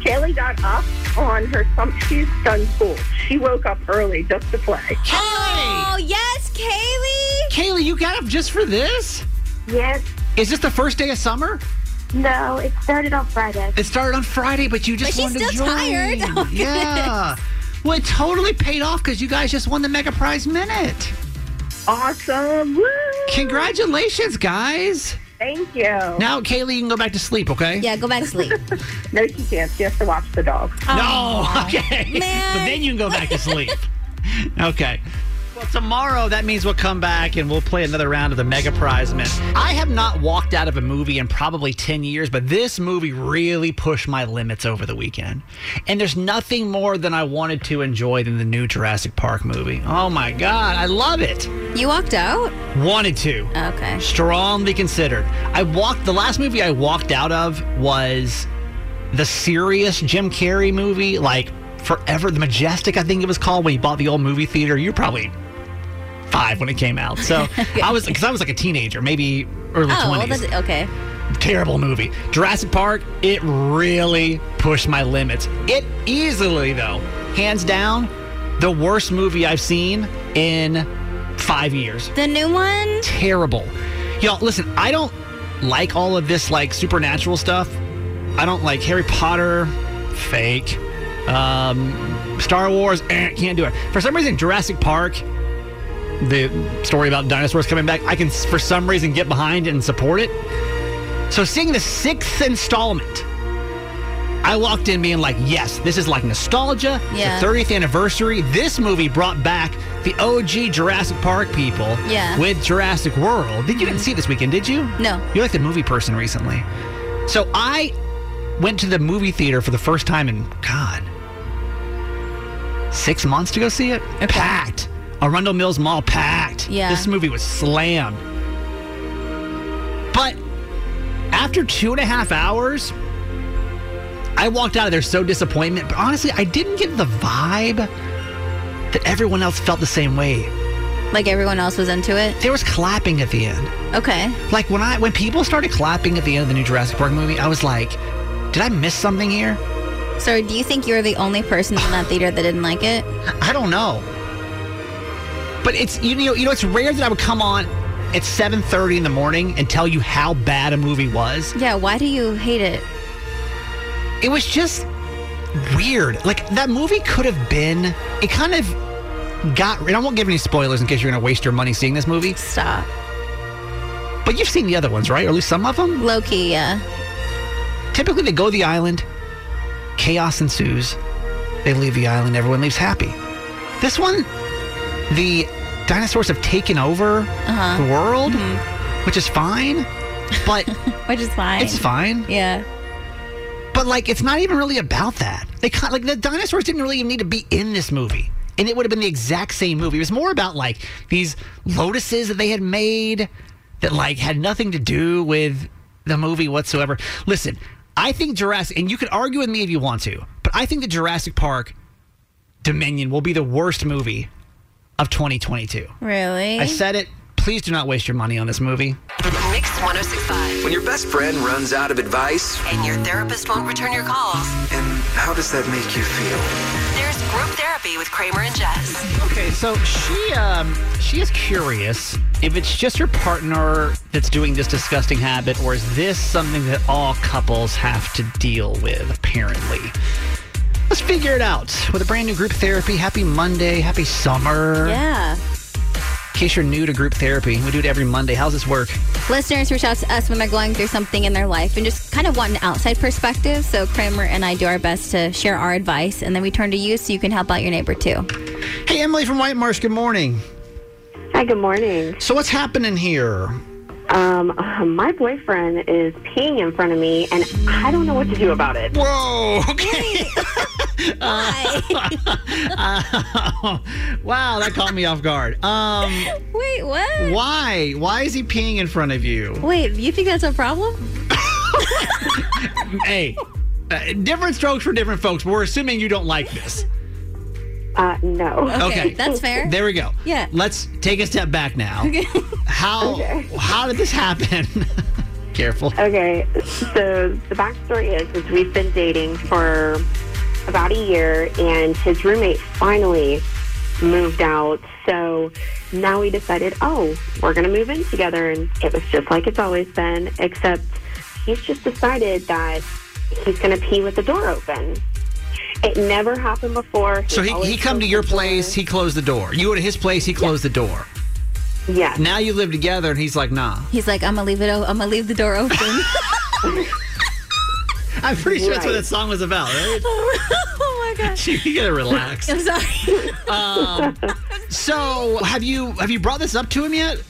S: Kaylee got up on her some she's done school. She woke up early just to play.
D: Oh, yes, Kaylee!
C: Kaylee, you got up just for this?
M: Yes.
C: Is this the first day of summer?
M: No, it started on Friday.
C: It started on Friday, but you just
M: But she's
C: wanted
M: still
C: to join.
M: tired. Oh, goodness.
C: yeah. Well, it totally paid off because you guys just won the Mega Prize Minute.
S: Awesome. Woo!
C: Congratulations, guys.
T: Thank you.
C: Now, Kaylee, you can go back to sleep, okay?
D: Yeah, go back to sleep.
T: no, she can't. She has to watch the dog.
C: Oh,
M: Oh,
C: No, okay. But then you can go back to sleep. okay. Well, tomorrow that means we'll come back and we'll play another round of the Mega Prize Man. I have not walked out of a movie in probably 10 years, but this movie really pushed my limits over the weekend. And there's nothing more than I wanted to enjoy than the new Jurassic Park movie. Oh my God, I love it.
D: You walked out?
C: Wanted to.
D: Okay.
C: Strongly considered. I walked, the last movie I walked out of was the serious Jim Carrey movie, like Forever, The Majestic, I think it was called, when you bought the old movie theater. You were probably five when it came out. So I was, because I was like a teenager, maybe early
D: oh,
C: 20s
D: well, that's, okay.
C: terrible movie. Jurassic Park, it really pushed my limits. It easily, though, hands down, the worst movie I've seen in five years.
D: The new one?
C: Terrible. Y'all, listen, I don't like all of this like supernatural stuff. I don't like Harry Potter, fake. Um, Star Wars, eh, can't do it. For some reason, Jurassic Park, the story about dinosaurs coming back, I can s- for some reason get behind it and support it. So seeing the sixth installment, I walked in being like, yes, this is like nostalgia.
D: Yeah.
C: It's the 30th anniversary. This movie brought back the OG Jurassic Park people
D: Yeah.
C: with Jurassic World. Did you didn't see it this weekend, did you?
D: No.
C: You're like the movie person recently. So I went to the movie theater for the first time in God six months to go see it. Packed. Arundel Mills Mall packed.
D: Yeah.
C: This movie was slammed. But after two and a half hours, I walked out of there so disappointment. But honestly, I didn't get the vibe that everyone else felt the same way.
D: Like everyone else was into it?
C: There was clapping at the end.
D: Okay.
C: Like when I when people started clapping at the end of the new Jurassic Park movie, I was like, did I miss something here?
D: So, do you think you were the only person in that theater that didn't like it?
C: I don't know. But it's you know you know it's rare that I would come on at 7:30 in the morning and tell you how bad a movie was.
D: Yeah, why do you hate it?
C: It was just weird. Like that movie could have been it kind of got and I won't give any spoilers in case you're going to waste your money seeing this movie.
D: Stop.
C: But you've seen the other ones, right? Or at least some of them?
D: Loki, yeah.
C: Typically they go to the island, chaos ensues. They leave the island, everyone leaves happy. This one the dinosaurs have taken over
D: Uh-huh.
C: the world, which is fine, but
D: Mm-hmm. Which is Mm-hmm. fine.
C: it's fine.
D: Yeah.
C: But like, it's not even really about that. They kind like the dinosaurs didn't really even need to be in this movie, and it would have been the exact same movie. It was more about like these lotuses that they had made that like had nothing to do with the movie whatsoever. Listen, I think Jurassic, and you can argue with me if you want to, but I think the Jurassic Park Dominion will be the worst movie of 2022.
D: Really?
C: I said it. Please do not waste your money on this movie.
A: Mix 1065.
B: When your best friend runs out of advice,
A: And your therapist won't return your calls.
B: and how does that make you feel?
A: There's group therapy with Kramer and Jess.
C: Okay, so she um she is curious if it's just her partner that's doing this disgusting habit, or is this something that all couples have to deal with? Apparently, let's figure it out with a brand new group therapy. Happy Monday, happy summer.
D: Yeah.
C: In case you're new to group therapy, we do it every Monday. How's this work?
D: Listeners reach out to us when they're going through something in their life and just kind of want an outside perspective. So, Kramer and I do our best to share our advice, and then we turn to you so you can help out your neighbor too.
C: Hey, Emily from White Marsh. Good morning.
U: Hi, good morning.
C: So what's happening here?
U: Um, my boyfriend is peeing in front of me, and I don't know what to do about it.
C: Whoa! Okay. Uh, wow, that caught me off guard. Um,
D: Wait, what?
C: why? Why is he peeing in front of you?
D: Wait, you think that's a problem?
C: hey, uh, different strokes for different folks, but we're assuming you don't like this.
U: Uh, no.
C: Okay,
D: that's fair.
C: There we go.
D: Yeah.
C: Let's take a step back now. How how did this happen? Careful.
U: Okay, so the backstory is, is we've been dating for about a year, and his roommate finally moved out. So now we decided, oh, we're going to move in together, and it was just like it's always been, except he's just decided that he's going to pee with the door open. It never happened before.
C: So he,
U: always
C: he come to your place, he closed the door. You go to his place, he closed the door.
U: Yeah.
C: Now you live together, and he's like, nah.
D: He's like, I'm gonna leave it. O- I'm gonna leave the door open.
C: I'm pretty sure that's what
D: Right.
C: that song was about, right?
D: oh my gosh.
C: you gotta relax.
D: I'm sorry.
C: Um, so have you have you brought this up to him yet?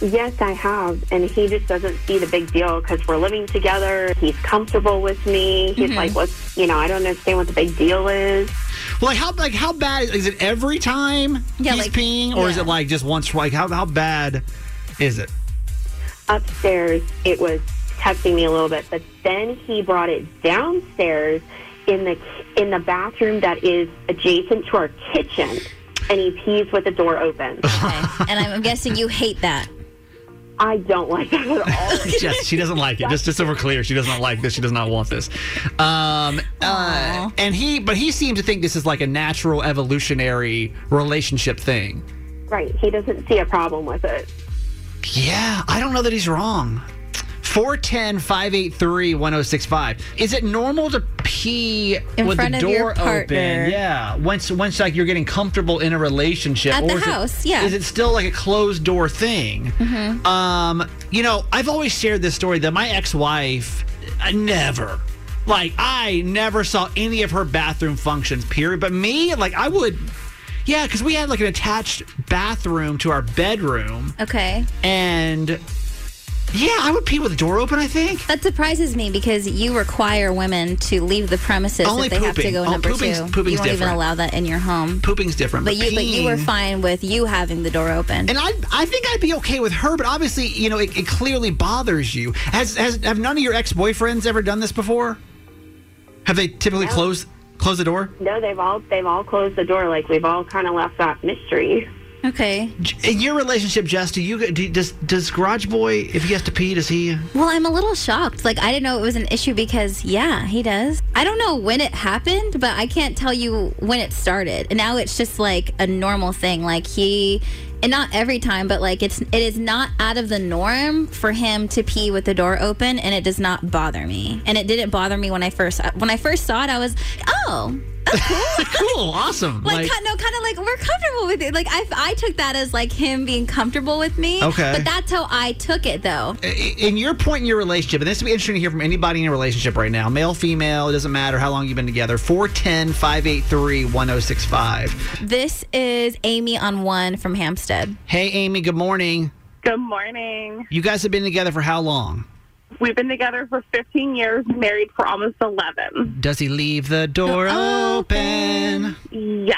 U: Yes, I have. And he just doesn't see the big deal because we're living together. He's comfortable with me. He's
C: Mhm.
U: like, what's, you know, I don't understand what the big deal is.
C: Like how like how bad is it every time
U: Yeah,
C: he's
U: like-
C: peeing, or is
U: yeah.
C: it like just once? Like how how bad is it?
U: Upstairs, it was touching me a little bit, but then he brought it downstairs in the in the bathroom that is adjacent to our kitchen, and he pees with the door open.
D: and I'm guessing you hate that.
U: I don't like that at all.
C: Yes, she doesn't like it. Just just so we're clear, she does not like this. She does not want this. Um, uh, and he, but he seemed to think this is like a natural evolutionary relationship thing.
U: Right. He doesn't see a problem with it.
C: Yeah, I don't know that he's wrong. 410 583 1065. Is it normal to pee
D: In
C: with
D: front
C: the
D: of
C: door
D: your partner.
C: open? Yeah. Once once like you're getting comfortable in a relationship
D: At the
C: is it-
D: house, yeah.
C: Is it still like a closed door thing?
D: Mhm.
C: Um, you know, I've always shared this story that my ex-wife I never like I never saw any of her bathroom functions period, but me like I would yeah, because we had like an attached bathroom to our bedroom.
D: Okay.
C: And yeah, I would pee with the door open. I think
D: that surprises me because you require women to leave the premises
C: Only
D: if they have to
C: pooping.
D: go
C: Oh,
D: number
C: pooping's-
D: two.
C: pooping's
D: you don't even
C: different.
D: allow that in your home.
C: pooping's different.
D: But you, but you were
C: peeing-
D: fine with you having the door open.
C: And I, I think I'd be okay with her, but obviously, you know, it, it clearly bothers you. Has, has have none of your ex boyfriends ever done this before? Have they typically
U: No.
C: closed close the door?
U: No, they've all they've all closed the door. Like we've all kind of left that mystery.
D: Okay.
C: In your relationship, Jess, do you do, does does Garage Boy if he has to pee does he?
D: Well, I'm a little shocked. Like, I didn't know it was an issue because, yeah, he does. I don't know when it happened, but I can't tell you when it started. And now it's just like a normal thing. Like, he, and not every time, but like, it's, it is not out of the norm for him to pee with the door open, and it does not bother me. And it didn't bother me when I first, uh, when I first saw it, I was, oh,
C: cool, awesome.
D: like, kind no, kind of like we're comfortable with it. Like I, I took that as like him being comfortable with me.
C: Okay.
D: but that's how I took it though.
C: in your point in your relationship, and this would be interesting to hear from anybody in a relationship right now, male, female, it doesn't matter how long you've been together, 410 583 1065.
D: This is Amy on one from Hampstead.
C: Hey, Amy, good morning.
V: Good morning.
C: You guys have been together for how long?
V: We've been together for 15 years, married for almost 11.
C: Does he leave the door open?
V: Yeah.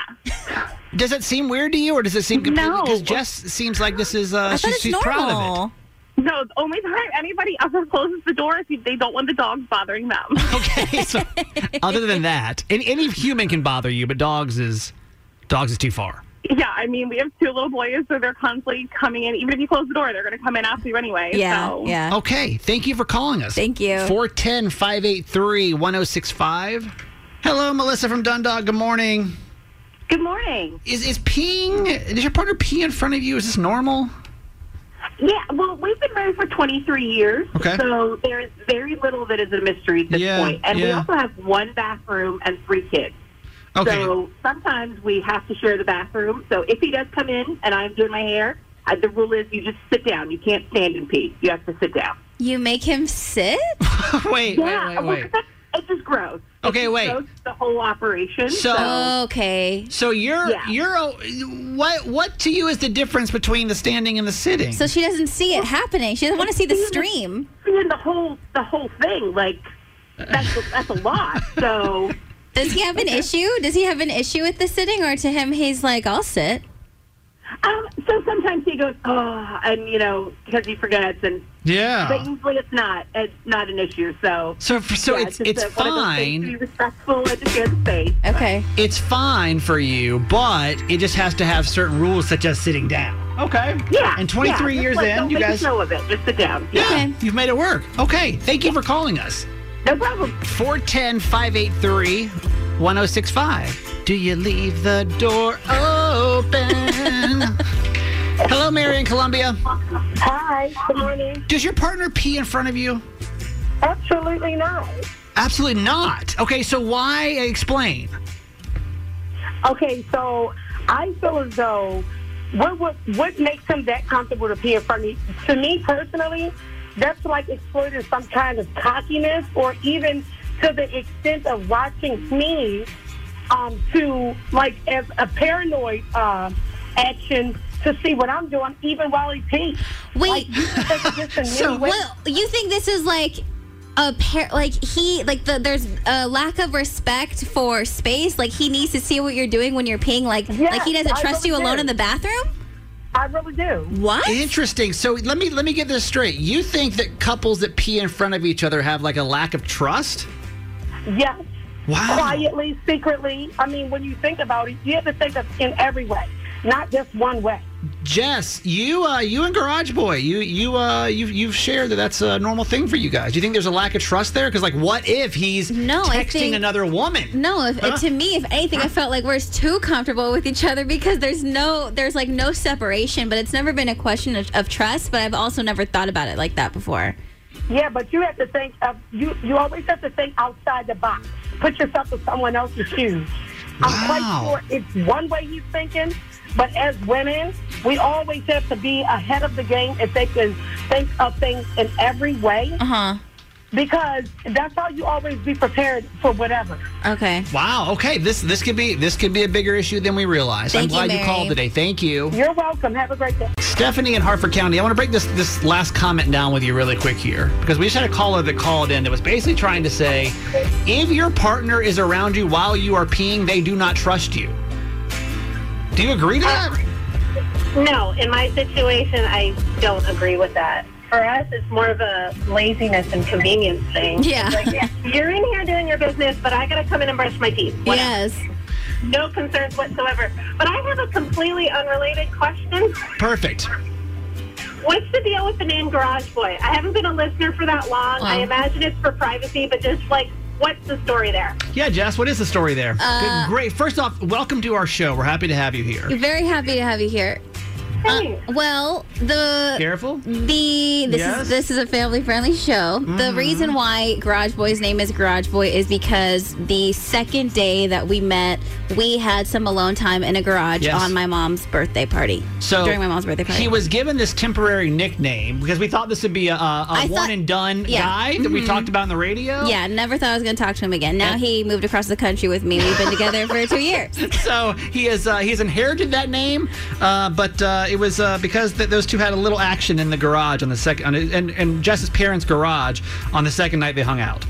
C: Does it seem weird to you, or does it seem completely?
V: No.
C: Because Jess seems like this is uh, she's, she's proud of it.
V: No, the only time anybody ever closes the door is if they don't want the dogs bothering them.
C: Okay, so Other than that, any, any human can bother you, but dogs is dogs is too far.
V: yeah, I mean, we have two little boys, so they're constantly coming in. Even if you close the door, they're going to come in after you anyway. so.
C: Okay. Thank you for calling us.
V: Thank you.
C: 410 583 1065. Hello, Melissa from Dundalk. Good morning.
W: Good morning.
C: Is, is peeing, does your partner pee in front of you? Is this normal?
W: Yeah, well, we've been married for 23 years,
C: Okay.
W: so there is very little that is a mystery at this
C: Yeah,
W: point. And we
C: yeah.
W: also have one bathroom and three kids.
C: Okay.
W: So sometimes we have to share the bathroom. So if he does come in and I'm doing my hair, uh, the rule is you just sit down. You can't stand and pee. You have to sit down.
D: You make him sit?
C: wait,
W: Yeah, well, that's- It's just gross. It's
C: Okay,
W: just
C: wait.
W: gross, the whole operation.
C: So-
W: uh,
D: okay.
C: So you're,
D: Yeah.
C: you're, oh, what, what to you is the difference between the standing and the sitting?
D: So she doesn't see it happening. She doesn't want to see the
W: Seeing
D: stream.
W: Seeing the whole the whole thing, like that's a, that's a lot. So
D: Does he have an issue? Does he have an issue with the sitting, or to him he's like, I'll sit.
W: Um, so sometimes he goes, oh, and you know, because he forgets, and
C: Yeah.
W: but usually it's not, it's not an issue. So,
C: So f- so it's- it's
W: a- one of those things
C: fine.
W: to Be respectful and just get space.
D: Okay.
C: It's fine for you, but it just has to have certain rules, such as sitting down. Okay.
W: Yeah.
C: And 23
W: yeah, just
C: years
W: like,
C: in,
W: don't
C: you
W: make a
C: guys-
W: show of it. Just sit down.
C: Yeah, you've made it work. Okay, thank you for calling us.
W: No problem.
C: 410 583 1065. Do you leave the door open? Hello, Mary in Columbia.
X: Hi, good morning.
C: Does your partner pee in front of you?
X: Absolutely not.
C: Absolutely not. Okay, so why? Explain.
X: Okay, so I feel as though What what what makes them that comfortable to pee in front of me? To me personally, that's like exploiting some kind of cockiness, or even to the extent of watching me um, to like as a paranoid uh, action to see what I'm doing, even while he pees.
D: Wait,
X: so
W: "Oh."
D: well, you think this is like a pair? Like he, like the there's a lack of respect for space. Like he needs to see what you're doing when you're peeing. Like like he doesn't
X: I
D: trust
X: really
D: you alone
X: do.
D: in the bathroom.
X: I really do.
D: What?
C: Interesting. So let me let me get this straight. You think that couples that pee in front of each other have like a lack of trust?
X: Yes.
C: Wow.
X: Quietly, secretly. I mean, when you think about it, you have to think of in every way, not just one way.
C: Jess, you uh, you and Garage Boy, you you uh, you you've shared that that's a normal thing for you guys. Do you think there's a lack of trust there? Because like, what if he's
D: No, I
C: texting
D: think-
C: another woman?
D: No, if,
C: Huh?
D: to me, if anything, I felt like we're too comfortable with each other because there's no, there's like no separation. But it's never been a question of, of trust. But I've also never thought about it like that before.
X: Yeah, but you have to think of you. You always have to think outside the box. Put yourself in someone else's shoes. I'm quite sure it's one way he's thinking, but as women, we always have to be ahead of the game if they can think of things in every way. Uh
D: huh.
X: Because that's how you always be prepared for whatever.
D: Okay.
C: Wow. Okay. This this could be this could be a bigger issue than we realize. I'm
X: Thank you,
C: glad
X: Mary.
C: you called today. Thank you.
X: You're welcome. Have a great day.
C: Stephanie in Hartford County, I want to break this this last comment down with you really quick here because we just had a caller that called in that was basically trying to say, if your partner is around you while you are peeing, they do not trust you. Do you agree to
D: Uh,
C: that?
S: No, in my situation, I don't agree with that. For us, it's more of a laziness and convenience thing.
D: Yeah.
S: It's like, you're in here doing your business, but I got to come in and brush my teeth.
D: Yes.
S: No concerns whatsoever. But I have a completely unrelated question.
C: Perfect.
S: What's the deal with the name Garage Boy? I haven't been a listener for that long. I imagine it's for privacy, but just like, what's the story there?
C: Yeah, Jess, what is the story there? Good-
D: Uh,
C: Great. First off, welcome to our show. We're happy to have you here.
D: You're very happy to have you here. Uh, well, the
C: Careful.
D: the this
C: Yes. Mm-hmm.
D: is this is a family friendly show. The reason why Garage Boy's name is Garage Boy is because the second day that we met, we had some alone time in a garage
C: Yes.
D: on my mom's birthday party.
C: So
D: during my mom's birthday party,
C: he was given this temporary nickname because we thought this would be a, a, a
D: I
C: one
D: thought-
C: and done
D: Yeah.
C: guy that we
D: Mhm.
C: talked about on the radio.
D: yeah, never thought I was going to talk to him again. Now
C: Yeah.
D: he moved across the country with me. We've been together for two years.
C: so he has uh, he's inherited that name, uh, but uh, it was uh, because th- those two had a little action in the garage on the second, on, and and Jess's parents' garage on the second night they hung out.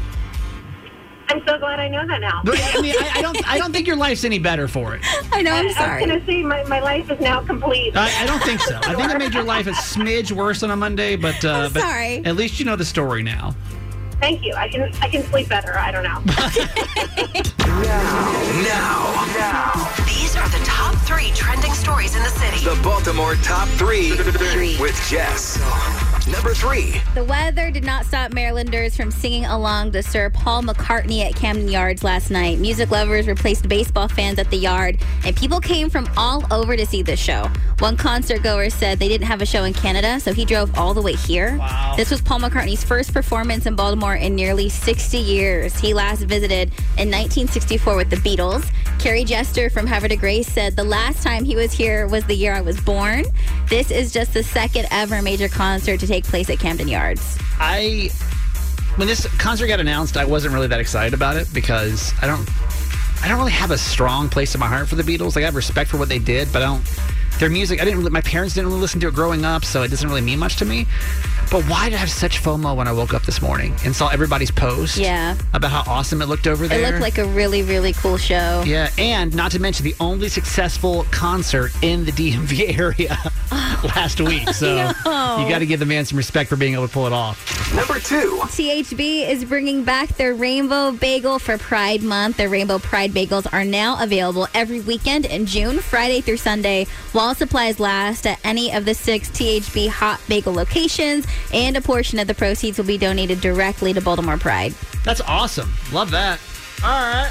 S: I'm so glad I know that now.
C: But, I mean, I, I don't I don't think your life's any better for it.
D: I know,
S: I'm
D: sorry.
S: I was going to say, my, my life is now complete.
C: I, I don't think so. I think it made your life a smidge worse on a Monday, but uh, but
S: sorry.
C: at least you know the story now.
S: Thank you. I can I can sleep better. I don't know.
B: Now,
A: These are the top three trending stories in the city.
B: the Baltimore top three with Jess. Number three.
D: The weather did not stop Marylanders from singing along to Sir Paul McCartney at Camden Yards last night. Music lovers replaced baseball fans at the yard, and people came from all over to see the show. One concert goer said they didn't have a show in Canada, so he drove all the way here. Wow. This was Paul McCartney's first performance in Baltimore in nearly 60 years. He last visited in 1964 with the Beatles. Carrie Jester from Hover to Grace said the last time he was here was the year I was born. This is just the second ever major concert to take place at Camden Yards.
C: I when this concert got announced, I wasn't really that excited about it because I don't I don't really have a strong place in my heart for the Beatles. Like I have respect for what they did, but I don't their music I didn't really, my parents didn't really listen to it growing up, so it doesn't really mean much to me. But why did I have such FOMO when I woke up this morning and saw everybody's post
D: Yeah.
C: about how awesome it looked over there?
D: It looked like a really, really cool show.
C: Yeah, and not to mention the only successful concert in the DMV area last week. So
D: No.
C: you got to give the man some respect for being able to pull it off.
B: Number two.
D: THB is bringing back their Rainbow Bagel for Pride Month. Their Rainbow Pride Bagels are now available every weekend in June, Friday through Sunday, while supplies last at any of the six THB hot bagel locations, and a portion of the proceeds will be donated directly to Baltimore Pride.
C: That's awesome. Love that. All right.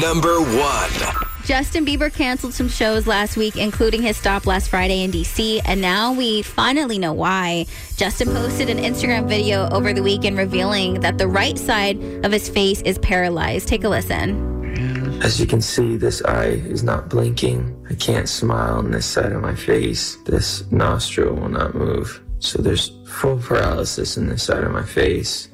B: Number one.
D: Justin Bieber canceled some shows last week, including his stop last Friday in DC, and now we finally know why. Justin posted an Instagram video over the weekend revealing that the right side of his face is paralyzed. Take a listen.
G: As you can see, this eye is not blinking. I can't smile on this side of my face. This nostril will not move. So there's full paralysis in this side of my face.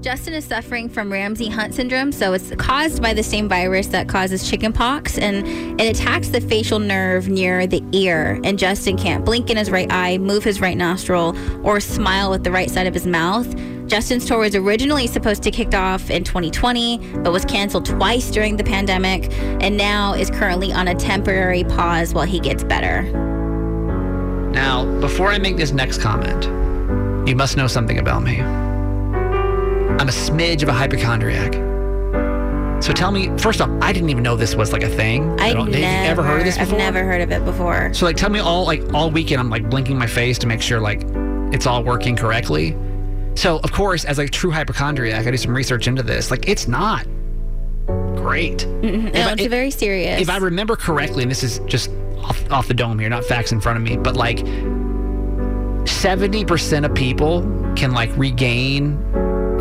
D: Justin is suffering from Ramsey Hunt syndrome, so it's caused by the same virus that causes chickenpox, and it attacks the facial nerve near the ear. And Justin can't blink in his right eye, move his right nostril, or smile with the right side of his mouth. Justin's tour was originally supposed to kick off in 2020, but was canceled twice during the pandemic, and now is currently on a temporary pause while he gets better.
C: Now, before I make this next comment, you must know something about me. I'm a smidge of a hypochondriac. So tell me, first off, I didn't even know this was like a thing.
D: I
C: don't- have you ever heard of this
D: I've
C: before?
D: never heard of it before.
C: So like, tell me all like all weekend. I'm like blinking my face to make sure like it's all working correctly. So of course, as a true hypochondriac, I do some research into this. Like, it's not great.
D: Mm-mm.
C: If
D: No,
C: I-
D: it's
C: if-
D: very serious.
C: If I remember correctly, and this is just off, off the dome here, not facts in front of me, but like 70% of people can like regain,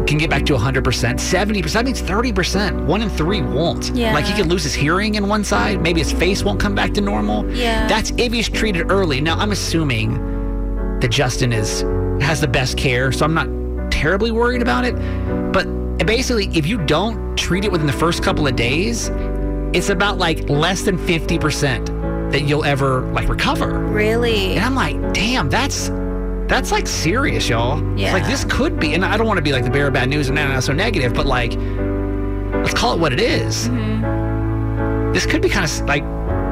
C: can get back to 100%. 70%, that means 30%. One in three won't.
D: Yeah.
C: Like he could lose his hearing in one side. Maybe his face won't come back to normal.
D: Yeah.
C: That's if he's treated early. Now, I'm assuming that Justin is has the best care, so I'm not terribly worried about it. But basically, if you don't treat it within the first couple of days, it's about like less than 50% that you'll ever like recover.
D: Really?
C: And I'm like, damn, that's that's like serious, y'all.
D: Yeah.
C: Like this could be, and I don't want to be like the bearer of bad news and not so negative, but like let's call it what it is. This could be kind of like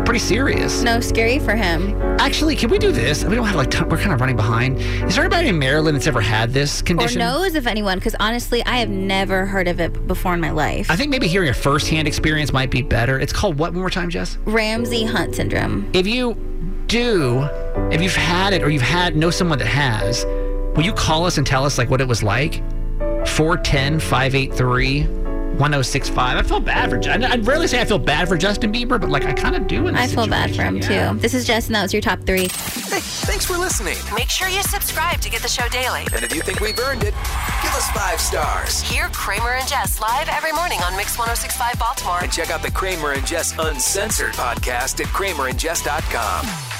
C: pretty serious.
D: no, scary for him.
C: Actually, can we do this? We don't have like ton- we're kind of running behind. Is there anybody in Maryland that's ever had this condition?
D: Or knows of anyone, because honestly, I have never heard of it before in my life.
C: I think maybe hearing a firsthand experience might be better. It's called what one more time, Jess?
D: Ramsey Hunt syndrome.
C: If you do, if you've had it or you've had know someone that has, will you call us and tell us like what it was like? 410-583-1065. I feel bad for Justin. I'd rarely say I feel bad for Justin Bieber, but like I kind of do in this
D: I feel bad for him
C: situation, yeah.
D: too. This is Jess, and that was your top three.
A: Hey, thanks for listening. Make sure you subscribe to get the show daily.
B: And if you think we've earned it, give us five stars.
A: Hear Kramer and Jess live every morning on Mix 1065 Baltimore.
B: And check out the Kramer and Jess Uncensored podcast at kramerandjess.com.